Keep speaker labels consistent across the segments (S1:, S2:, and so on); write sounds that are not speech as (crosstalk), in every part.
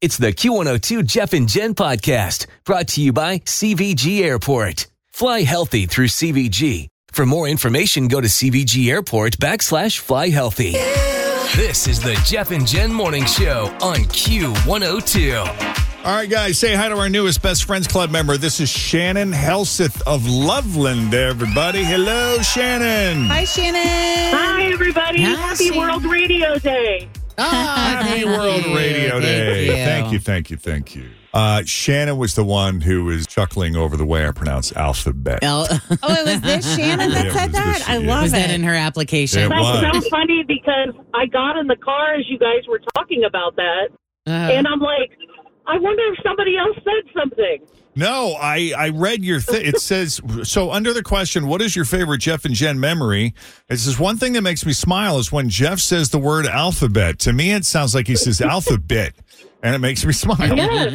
S1: It's the Q102 Jeff and Jen podcast brought to you by CVG Airport. Fly healthy through CVG. For more information, go to CVG Airport backslash fly healthy. This is the Jeff and Jen Morning Show on Q102.
S2: All right, guys, say hi to our newest Best Friends Club member. This is Shannon Helseth of Loveland, everybody. Hello, Shannon.
S3: Hi, Shannon.
S4: Hi, everybody.
S3: Hi,
S4: Happy
S3: Shannon.
S4: World Radio Day.
S2: Happy World Radio Day. Thank you, thank you, thank you. Uh, Shannon was the one who was chuckling over the way I pronounced alphabet.
S5: Oh,
S3: Oh, it was this Shannon that
S2: Yeah, it
S3: said
S2: was this-
S3: that? I
S2: yeah.
S3: love
S5: was
S3: it.
S5: that in her application?
S2: Yeah.
S4: That's
S2: Wow.
S4: so funny because I got in the car as you guys were talking about that,
S5: Oh.
S4: and I'm like, I wonder if somebody else said something.
S2: No, I, I read your thing. It says, so under the question, what is your favorite Jeff and Jen memory? It says, one thing that makes me smile is when Jeff says the word alphabet. To me, it sounds like he says alphabet, and it makes me (laughs) smile.
S4: Yes.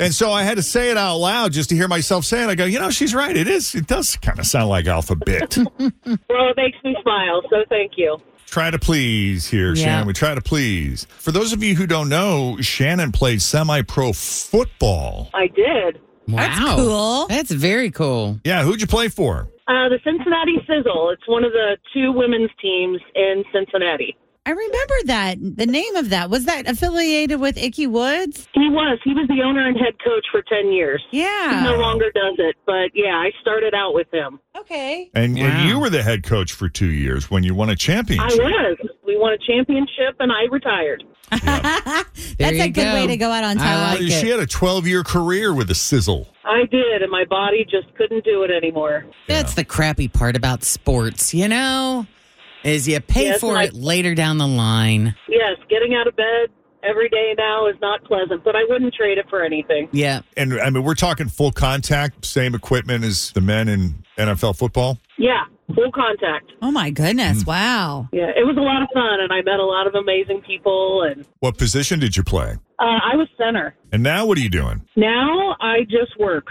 S2: And so I had to say it out loud just to hear myself say it. I go, you know, she's right. It is. It does kind of sound like alphabet.
S4: Well, it makes me smile, so thank you.
S2: try to please here,
S5: Yeah.
S2: Shannon. We try to please. For those of you who don't know, Shannon played semi-pro football.
S4: I did.
S5: wow.
S3: That's cool.
S5: That's very cool.
S2: Yeah, who'd you play for?
S4: Uh, the Cincinnati Sizzle. It's one of the two women's teams in Cincinnati.
S3: I remember that. The name of that was that affiliated with Icky Woods.
S4: He was. He was the owner and head coach for 10 years. He
S3: Yeah.
S4: no longer does it, but yeah, I started out with him.
S3: Okay.
S2: And, and
S5: Wow.
S2: you were the head coach for two years when you won a
S4: I
S2: championship.
S4: was. We won a championship, and I retired.
S3: That's a
S5: you
S3: good
S5: go.
S3: way to go out on
S5: I
S3: time.
S5: like
S2: she had a 12-year career with the sizzle.
S4: I did, and my body just couldn't do it anymore.
S5: That's the crappy part about sports, you know, is you pay
S4: Yes,
S5: for
S4: and I-
S5: it later down the line.
S4: Yes, getting out of bed every day now is not pleasant, but I wouldn't trade it for anything.
S5: Yeah.
S2: And I mean, we're talking full contact, same equipment as the men in NFL football.
S4: Yeah, full contact.
S3: oh my
S5: Mm.
S3: goodness. Wow.
S4: Yeah, it was a lot of fun, and I met a lot of amazing people. And
S2: What position did you play?
S4: uh, I was center.
S2: And now what are you doing?
S4: Now I just work,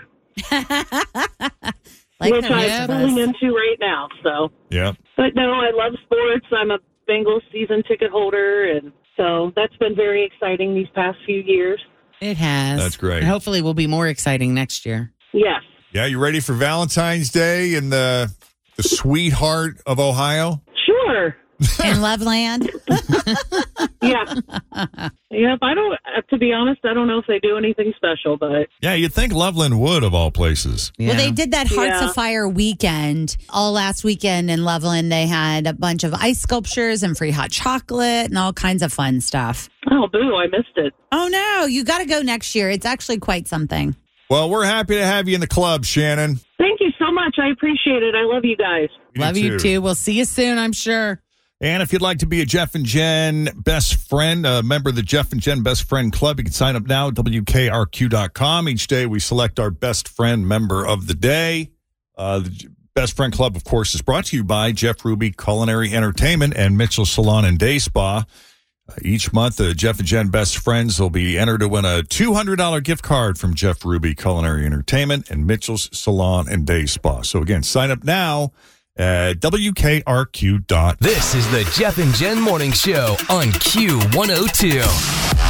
S3: Like
S4: which
S3: the rest
S4: I'm
S3: of
S4: falling
S3: us.
S4: into right now. So,
S2: Yeah.
S4: but no, I love sports. I'm a Bengals season ticket holder, and so that's been very exciting these past few years.
S5: It has.
S2: That's great.
S5: And hopefully, will be more exciting next year.
S4: Yes.
S2: Yeah, you ready for Valentine's Day in the the sweetheart of Ohio?
S4: Sure.
S3: in Loveland.
S4: Yeah. yep. I don't, uh, to be honest, I don't know if they do anything special, but
S2: Yeah, you'd think Loveland would of all places.
S5: Yeah.
S3: Well, they did that Hearts
S4: Yeah.
S3: of Fire weekend all last weekend in Loveland. They had a bunch of ice sculptures and free hot chocolate and all kinds of fun stuff.
S4: oh, boo, I missed it.
S3: Oh no, you got to go next year. It's actually quite something.
S2: Well, we're happy to have you in the club, Shannon.
S4: Thank you so much. I appreciate it. I love you guys.
S5: Love you too. We'll see you soon, I'm sure.
S2: And if you'd like to be a Jeff and Jen best friend, a member of the Jeff and Jen Best Friend Club, you can sign up now at WKRQ.com. Each day we select our best friend member of the day. Uh, the J- Best Friend Club, of course, is brought to you by Jeff Ruby Culinary Entertainment and Mitchell Salon and Day Spa. Uh, Each month, the Jeff and Jen Best Friends will be entered to win a $200 gift card from Jeff Ruby Culinary Entertainment and Mitchell's Salon and Day Spa. So, again, sign up now at WKRQ.com.
S1: This is the Jeff and Jen Morning Show on Q102.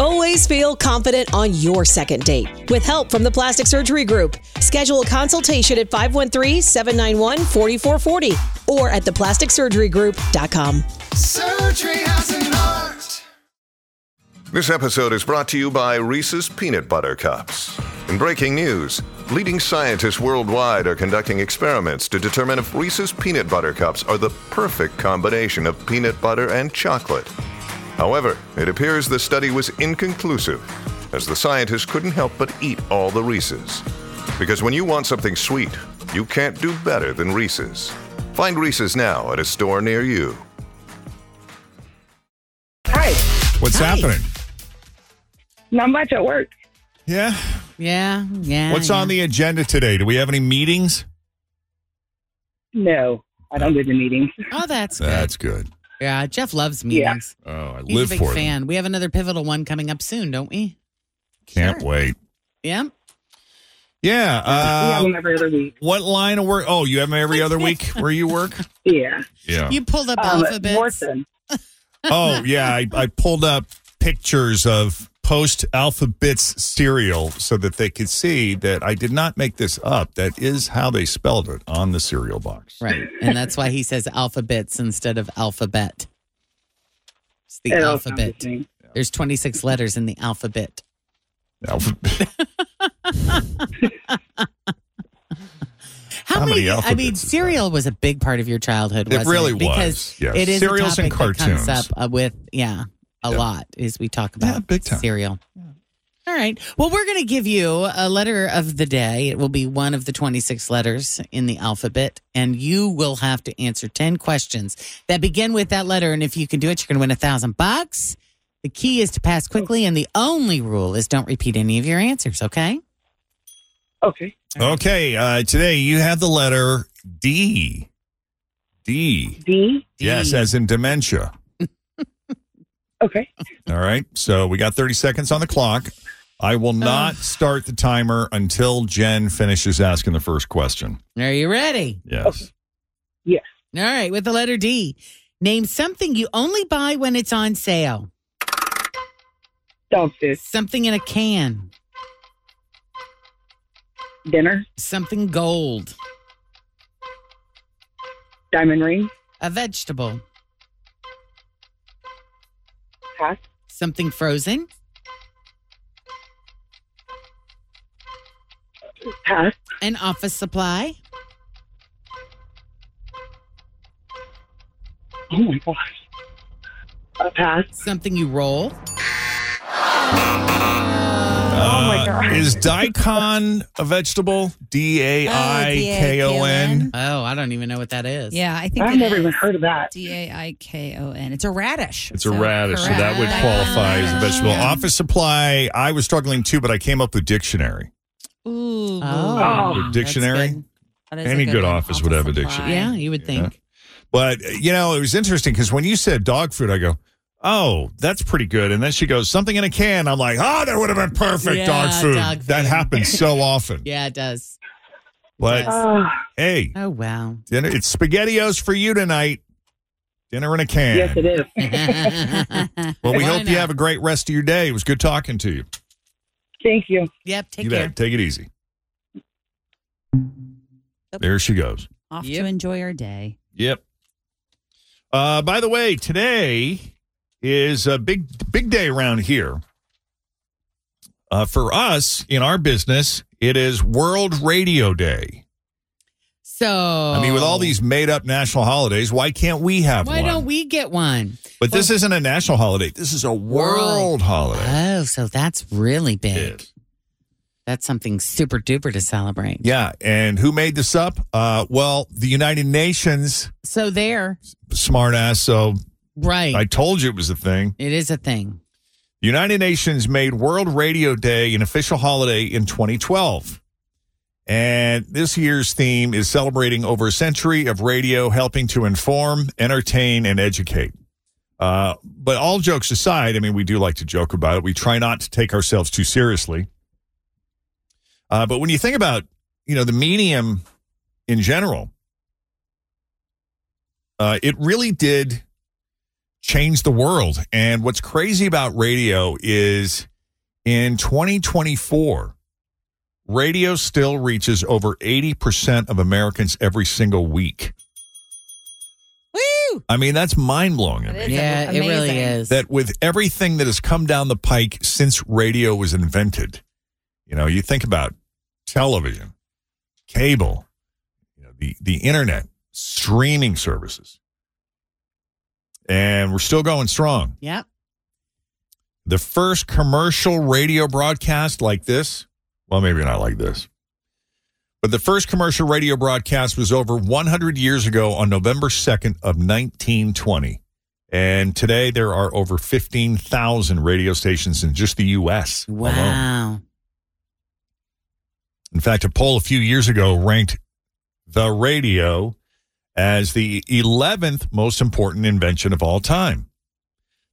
S6: Always feel confident on your second date with help from the Plastic Surgery Group. Schedule a consultation at 513 791 4440 or at theplasticsurgerygroup.com.
S7: Surgery has an art.
S8: This episode is brought to you by Reese's Peanut Butter Cups. In breaking news, leading scientists worldwide are conducting experiments to determine if Reese's Peanut Butter Cups are the perfect combination of peanut butter and chocolate. However, it appears the study was inconclusive, as the scientists couldn't help but eat all the Reese's. Because when you want something sweet, you can't do better than Reese's. Find Reese's now at a store near you.
S9: Hi.
S2: What's
S5: Hi.
S2: happening?
S9: Not much at work.
S2: Yeah.
S5: Yeah, yeah.
S2: What's
S5: yeah.
S2: on the agenda today? Do we have any meetings?
S9: No, I don't go to meetings.
S5: Oh, that's good.
S2: That's good.
S5: yeah, Jeff loves
S9: Yeah.
S5: meetings.
S2: Oh, I
S5: He's
S2: live
S5: a big
S2: for them.
S5: fan. We have another pivotal one coming up soon, don't we?
S2: Can't wait.
S5: Yeah.
S2: Yeah.
S9: we
S2: Uh,
S9: have them every other week.
S2: What line of work? Oh, you have them every other
S5: (laughs)
S2: week where you work?
S9: Yeah.
S2: Yeah.
S5: You pulled up
S9: Um,
S5: alphabets.
S9: Morrison.
S2: (laughs) Oh, yeah. I, I pulled up pictures of post alphabets cereal so that they could see that I did not make this up. That is how they spelled it on the cereal (laughs) box.
S5: Right. And that's why he says alphabets instead of alphabet. It's the
S9: It all sounds
S5: alphabet.
S9: the same.
S5: There's 26 letters in the alphabet.
S2: Alphabet.
S5: How,
S2: How many
S5: many? I mean,
S2: alphabets is
S5: cereal was a big part of your childhood.
S2: It
S5: Wasn't
S2: really was,
S5: because
S2: yes.
S5: it is
S2: Cereals
S5: a
S2: and
S5: topic That
S2: cartoons.
S5: comes up uh, with yeah a
S2: Yeah.
S5: lot as we talk about
S2: Yeah, big time.
S5: cereal. All right. Well, we're going to give you a letter of the day. It will be one of the 26 letters in the alphabet, and you will have to answer 10 questions that begin with that letter. And if you can do it, you're going to win a thousand bucks. The key is to pass quickly, and the only rule is don't repeat any of your answers. Okay.
S9: Okay.
S2: okay. Uh, today you have the letter D. D.
S9: D.
S2: Yes,
S5: D.
S2: as in dementia.
S9: Okay.
S2: All right. So we got 30 seconds on the clock. I will not start the timer until Jen finishes asking the first question.
S5: Are you ready?
S2: Yes.
S9: Yes.
S5: All right, with the letter D. Name something you only buy when it's on sale.
S9: Dogfish.
S5: Something in a can.
S9: Dinner.
S5: Something gold.
S9: Diamond ring.
S5: A vegetable.
S9: Pass.
S5: Something frozen.
S9: Pass.
S5: An office supply.
S9: Oh my gosh. A pass.
S5: Something you roll.
S2: oh my God. Is daikon a vegetable? D A I K O N.
S5: Oh, I don't even know what that is.
S3: Yeah, I think
S9: I've
S3: it
S9: never even
S3: is.
S9: heard of that.
S3: D A I K O N. It's a radish.
S2: It's a radish, so that would
S3: correct.
S2: qualify as a vegetable. Office supply, I was struggling too, but I came up with dictionary.
S3: Ooh.
S5: Oh,
S2: Or dictionary.
S5: that's good.
S3: That is
S2: Any
S3: a
S2: good
S3: one.
S2: office would have a
S3: supply.
S2: dictionary.
S5: Yeah, you would think.
S2: But, you know, it was interesting because when you said dog food, I go, oh, that's pretty good. And then she goes, something in a can. I'm like, oh, that would have been perfect
S5: Yeah,
S2: dog, food.
S5: dog
S2: That
S5: food. (laughs)
S2: happens so often.
S5: Yeah, it does.
S2: But
S5: Yes.
S9: Oh,
S2: hey,
S5: Oh, wow.
S2: dinner, it's SpaghettiOs for you tonight. Dinner in a can.
S9: yes, it is.
S2: Well, we
S5: Why
S2: hope you
S5: not?
S2: have a great rest of your day. It was good talking to you.
S9: Thank you.
S5: yep, take
S2: you
S5: care.
S2: bet. Take it easy.
S3: Yep.
S2: There she goes.
S3: Off
S5: Yep.
S3: to enjoy our day.
S2: Yep. Uh, by the way, today is a big big day around here. Uh, for us in our business, it is World Radio Day.
S5: So,
S2: I mean, with all these made up national holidays, why can't we have
S5: Oh. why
S2: one?
S5: don't we get one?
S2: but this isn't a national holiday. This is a world holiday.
S5: Oh, so that's really big.
S2: It is.
S5: That's something super duper to celebrate.
S2: Yeah, and who made this up? Uh, well, the United Nations
S5: So there,
S2: smartass. So
S5: right?
S2: I told you it was a thing.
S5: it is a thing.
S2: The United Nations made World Radio Day an official holiday in 2012. And this year's theme is celebrating over a century of radio helping to inform, entertain, and educate. Uh, but all jokes aside, I mean, we do like to joke about it. We try not to take ourselves too seriously. Uh, but when you think about, you know, the medium in general, uh, it really did change the world. And what's crazy about radio is In 2024, radio still reaches over 80% of Americans every single week.
S3: Woo!
S2: I mean, that's mind blowing.
S10: That is
S5: Yeah, it really
S10: amazing.
S5: is.
S2: that with everything that has come down the pike since radio was invented, you know, you think about television, cable, you know, the the internet, streaming services, and we're still going strong.
S5: yep.
S2: The first commercial radio broadcast like this, well, maybe not like this, but the first commercial radio broadcast was over 100 years ago on November 2nd of 1920. And today there are over 15,000 radio stations in just the U.S. alone.
S5: Wow.
S2: In fact, a poll a few years ago ranked the radio as the 11th most important invention of all time.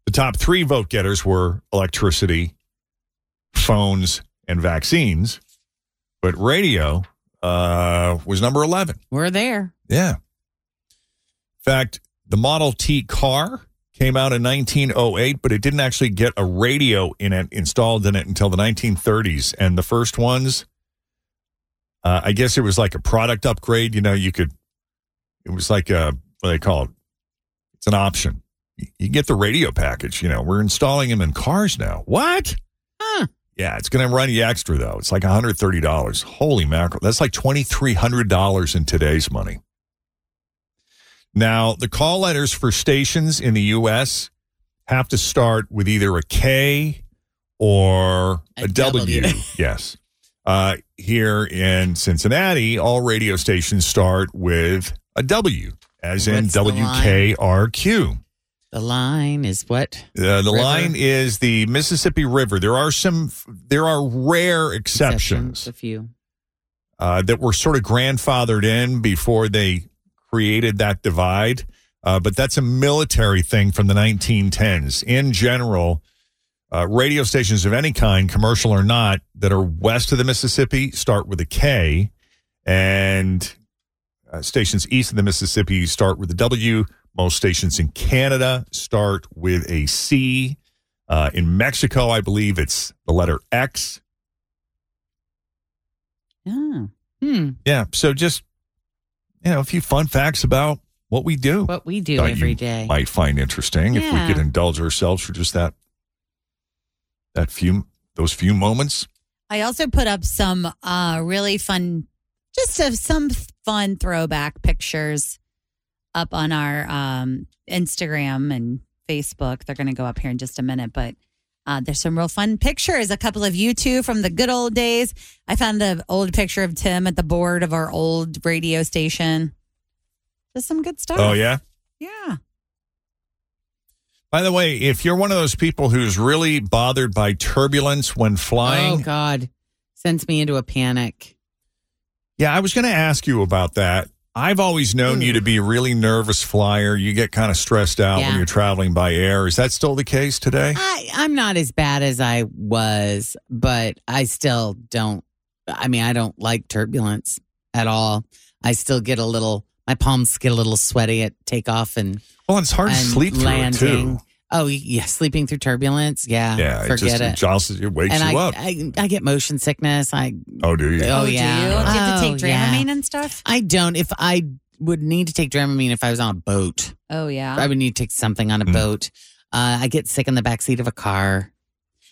S2: The top three vote getters were electricity, phones, and vaccines, but radio uh, was number 11.
S5: We're there.
S2: Yeah. In fact, the Model T car came out in 1908, but it didn't actually get a radio in it installed in it until the 1930s. And the first ones, uh, I guess it was like a product upgrade. You know, you could, it was like a, what do they call it? It's an option. You- You get the radio package. You know, we're installing them in cars now. What?
S5: Huh.
S2: Yeah, it's going to run you extra though. It's like $130. Holy mackerel. That's like $2,300 in today's money. Now, the call letters for stations in the U.S. have to start with either a K or a
S5: A
S2: W.
S5: W.
S2: yes. Uh, here in Cincinnati, all radio stations start with a W, as in
S5: What's the line?
S2: WKRQ.
S5: The line is what?
S2: Uh, the
S5: River.
S2: line is the Mississippi River. There are some, there are rare exceptions
S5: A few.
S2: uh, that were sort of grandfathered in before they created that divide. Uh, but that's a military thing from the 1910s. In general, uh, radio stations of any kind, commercial or not, that are west of the Mississippi start with a K, and uh, stations east of the Mississippi start with a W. Most stations in Canada start with a C. Uh, in Mexico, I believe it's the letter X.
S5: Yeah. Hmm.
S2: Yeah. So just you know, a few fun facts about what we do.
S5: What we do
S2: Thought
S5: every
S2: you
S5: day.
S2: might find interesting if
S5: Yeah.
S2: we could indulge ourselves for just that that few those few moments.
S3: I also put up some uh, really fun, just uh, some fun throwback pictures up on our um, Instagram and Facebook. They're going to go up here in just a minute, but uh, there's some real fun pictures. A couple of you two from the good old days. I found an old picture of Tim at the board of our old radio station. Just some good stuff.
S2: Oh yeah.
S3: Yeah.
S2: By the way, if you're one of those people who's really bothered by turbulence when
S5: oh
S2: flying,
S5: God. Sends me into a panic.
S2: yeah, I was going to ask you about that. I've always known
S5: Hmm.
S2: you to be a really nervous flyer. You get kind of stressed out when
S5: Yeah.
S2: you're traveling by air. Is that still the case today?
S5: I, I'm not as bad as I was, but I still don't. I mean, I don't like turbulence at all. I still get a little. My palms get a little sweaty at takeoff and,
S2: Well, it's hard
S5: and
S2: to sleep through it,
S5: landing.
S2: too.
S5: Oh yeah, sleeping through turbulence. Yeah,
S2: Yeah, it
S5: forget
S2: just
S5: it.
S2: jostles you, wakes
S5: and
S2: you
S5: I,
S2: up.
S5: I, I get motion sickness. I,
S2: oh, do you?
S5: Oh,
S3: do
S5: yeah.
S3: you? Do you have to
S5: Oh,
S3: take Dramamine
S5: yeah.
S3: and stuff?
S5: I don't. If I would need to take Dramamine if I was on a boat,
S3: Oh, yeah.
S5: I would need to take something on a
S2: Mm.
S5: boat. Uh, I get sick in the back seat of a car.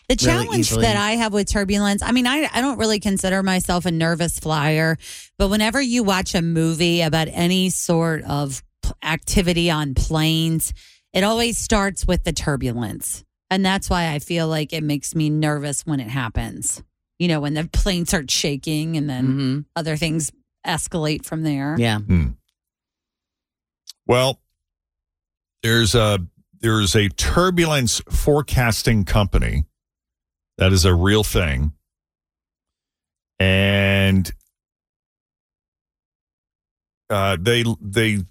S3: The
S5: really
S3: challenge
S5: easily.
S3: that I have with turbulence, I mean, I, I don't really consider myself a nervous flyer, but whenever you watch a movie about any sort of p- activity on planes, it always starts with the turbulence. And that's why I feel like it makes me nervous when it happens. You know, when the plane starts shaking and then
S5: hmm
S3: other things escalate from there.
S5: Yeah.
S2: Hmm. Well, there's a there's a turbulence forecasting company that is a real thing, and uh, they they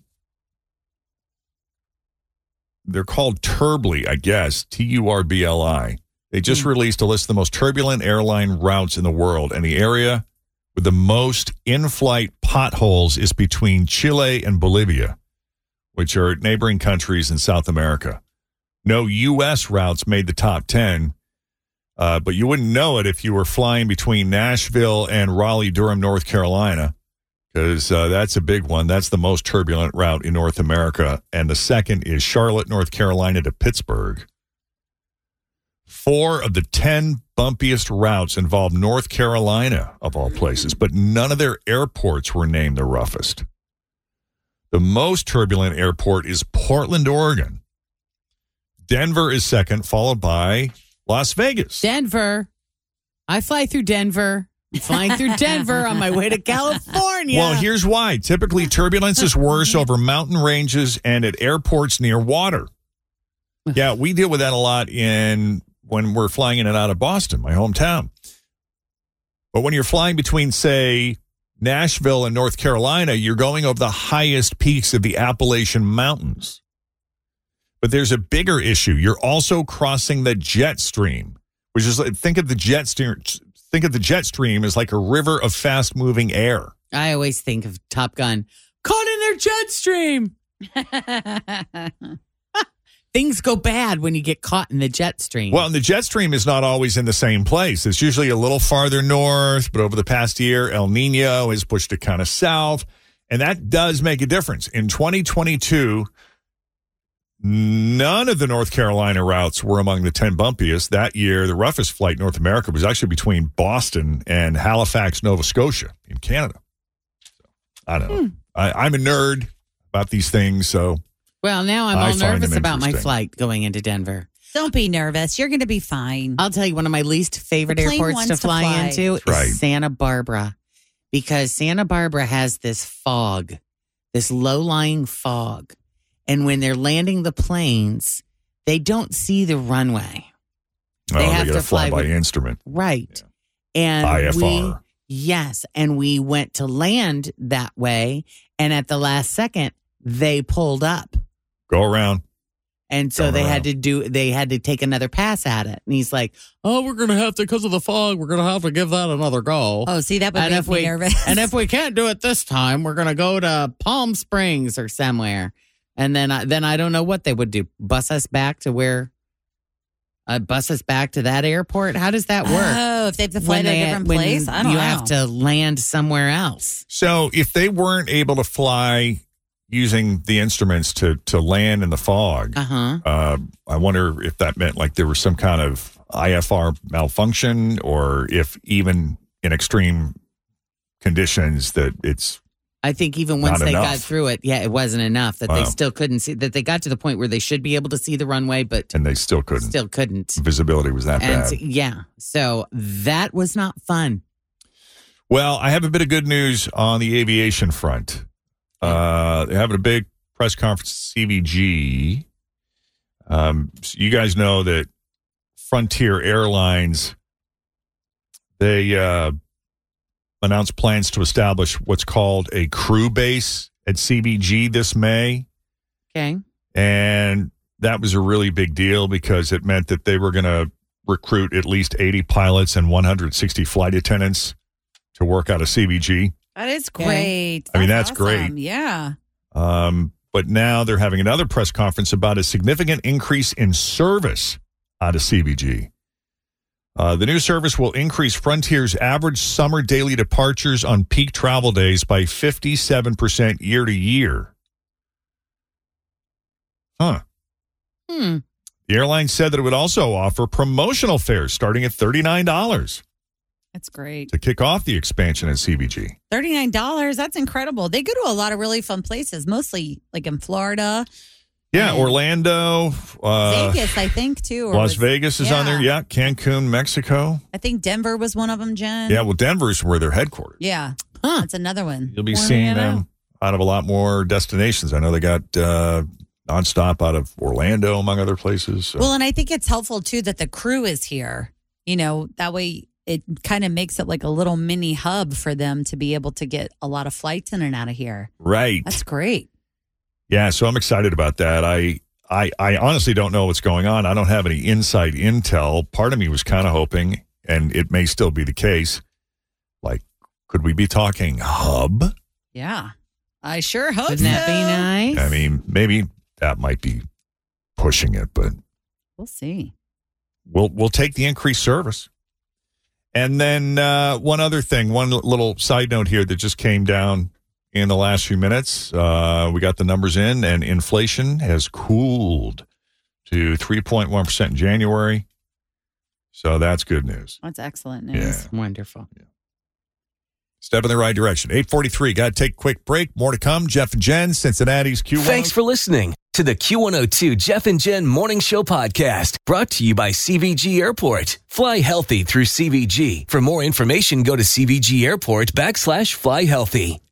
S2: they're called Turbly, I guess T U R B L I. They just released a list of the most turbulent airline routes in the world, and the area with the most in-flight potholes is between Chile and Bolivia which are neighboring countries in South America. No U.S. routes made the top 10. Uh, but you wouldn't know it if you were flying between Nashville and Raleigh, Durham, North Carolina, because uh, that's a big one. That's the most turbulent route in North America. And the second is Charlotte, North Carolina to Pittsburgh. Four of the 10 bumpiest routes involved North Carolina, of all places, but none of their airports were named the roughest. The most turbulent airport is Portland, Oregon. Denver is second, followed by Las Vegas.
S5: Denver. I fly through Denver. I'm flying
S3: (laughs)
S5: through Denver on my way to California.
S2: Well, here's why. Typically, turbulence is worse over mountain ranges and at airports near water. Yeah, we deal with that a lot in when we're flying in and out of Boston, my hometown. But when you're flying between, say, Nashville and North Carolina, you're going over the highest peaks of the Appalachian Mountains. But there's a bigger issue. You're also crossing the jet stream, which is like- think of the jet stream. Think of the jet stream as like a river of fast moving air.
S5: I always think of Top Gun. Caught in their jet stream. Things go bad when you get caught in the jet stream.
S2: Well, and the jet stream is not always in the same place. It's usually a little farther north, but over the past year, El Nino has pushed it kind of south. And that does make a difference. In 2022, none of the North Carolina routes were among the 10 bumpiest. That year, the roughest flight in North America was actually between Boston and Halifax, Nova Scotia in Canada. So, I don't
S5: Hmm.
S2: know. I, I'm a nerd about these things. So
S5: Well, now I'm
S2: I
S5: all
S2: find them
S5: nervous about my
S2: interesting.
S5: flight going into Denver.
S3: (laughs) Don't be nervous. You're going to be fine.
S5: I'll tell you one of my least favorite
S3: The plane
S5: airports
S3: wants
S5: to
S3: to
S5: fly,
S3: fly.
S5: into is
S2: That's right.
S5: Santa Barbara because Santa Barbara has this fog, this low lying fog. And when they're landing the planes, they don't see the runway. They
S2: oh,
S5: have
S2: gotta
S5: to fly
S2: by
S5: with-
S2: instrument.
S5: Right. And we-
S2: IFR.
S5: yes. And we went to land that way. And at the last second, they pulled up.
S2: Go around.
S5: And so
S2: Turn
S5: they
S2: around.
S5: had to do, they had to take another pass at it. And he's like, oh, we're going to have to, because of the fog, we're going to have to give that another go.
S3: Oh, see, that would
S5: And
S3: make
S5: if
S3: me
S5: we-
S3: nervous. (laughs)
S5: and if we can't do it this time, we're gonna go to Palm Springs or somewhere, and then I, then I don't know what they would do. Bus us back to where? Uh, bus us back to that airport? How does that work?
S3: (laughs) Oh, if they have to fly
S5: When
S3: to a
S5: they-
S3: different
S5: when
S3: place, I don't
S5: you
S3: know.
S5: have to land somewhere else.
S2: So if they weren't able to fly using the instruments to to land in the fog,
S5: Uh huh.
S2: uh, I wonder if that meant like there was some kind of IFR malfunction, or if even in extreme conditions that it's
S5: I think even once
S2: Not
S5: they got
S2: enough.
S5: through it, yeah, it wasn't enough that
S2: Wow.
S5: they still couldn't see that they got to the point where they should be able to see the runway, but
S2: and they still couldn't.
S5: still couldn't.
S2: Visibility was that
S5: And
S2: bad.
S5: so- yeah, so that was not fun.
S2: Well, I have a bit of good news on the aviation front. Uh, they're having a big press conference at CVG. Um, so you guys know that Frontier Airlines they uh, announced plans to establish what's called a crew base at CVG this May.
S5: Okay.
S2: And that was a really big deal because it meant that they were going to recruit at least 80 pilots and 160 flight attendants to work out of CBG.
S3: that is
S5: Okay.
S3: great.
S2: I mean, that's great.
S3: awesome. Yeah.
S2: Um, but now they're having another press conference about a significant increase in service out of CBG. Uh, the new service will increase Frontier's average summer daily departures on peak travel days by 57% year to year. Huh.
S5: Hmm.
S2: The airline said that it would also offer promotional fares starting at $39
S3: That's great.
S2: to kick off the expansion at CBG.
S3: $39. That's incredible. They go to a lot of really fun places, mostly like in Florida,
S2: Yeah, Orlando, uh,
S3: Vegas, I think, too. or
S2: Las
S3: was-
S2: Vegas is on there. Yeah, Cancun, Mexico.
S3: I think Denver was one of them, Jen.
S2: Yeah, well, Denver's where they're headquartered.
S3: Yeah.
S5: Huh.
S3: That's another one.
S2: You'll be
S5: Where
S2: seeing
S5: they at?
S2: them out of a lot more destinations. I know they got uh, nonstop out of Orlando, among other places. So.
S3: Well, and I think it's helpful too that the crew is here. You know, that way it kind of makes it like a little mini hub for them to be able to get a lot of flights in and out of here.
S2: right.
S3: That's great.
S2: Yeah, so I'm excited about that. I, I I honestly don't know what's going on. I don't have any inside intel. Part of me was kind of hoping, and it may still be the case. Like, could we be talking hub?
S3: Yeah. I sure hope
S5: Wouldn't that be
S3: so.
S5: nice?
S2: I mean, maybe that might be pushing it, but
S3: We'll see.
S2: we'll we'll take the increased service. And then uh, one other thing, one little side note here that just came down in the last few minutes. Uh, we got the numbers in, and inflation has cooled to 3.1 percent in January. So that's good news.
S3: That's excellent news.
S2: Yeah.
S5: Wonderful.
S2: Step in the right direction. 843. Got to take a quick break. More to come. Jeff and Jen, Cincinnati's Q1.
S1: Thanks for listening to the Q102 Jeff and Jen Morning Show podcast brought to you by CVG Airport. Fly healthy through CVG. For more information, go to CVG Airport backslash fly healthy.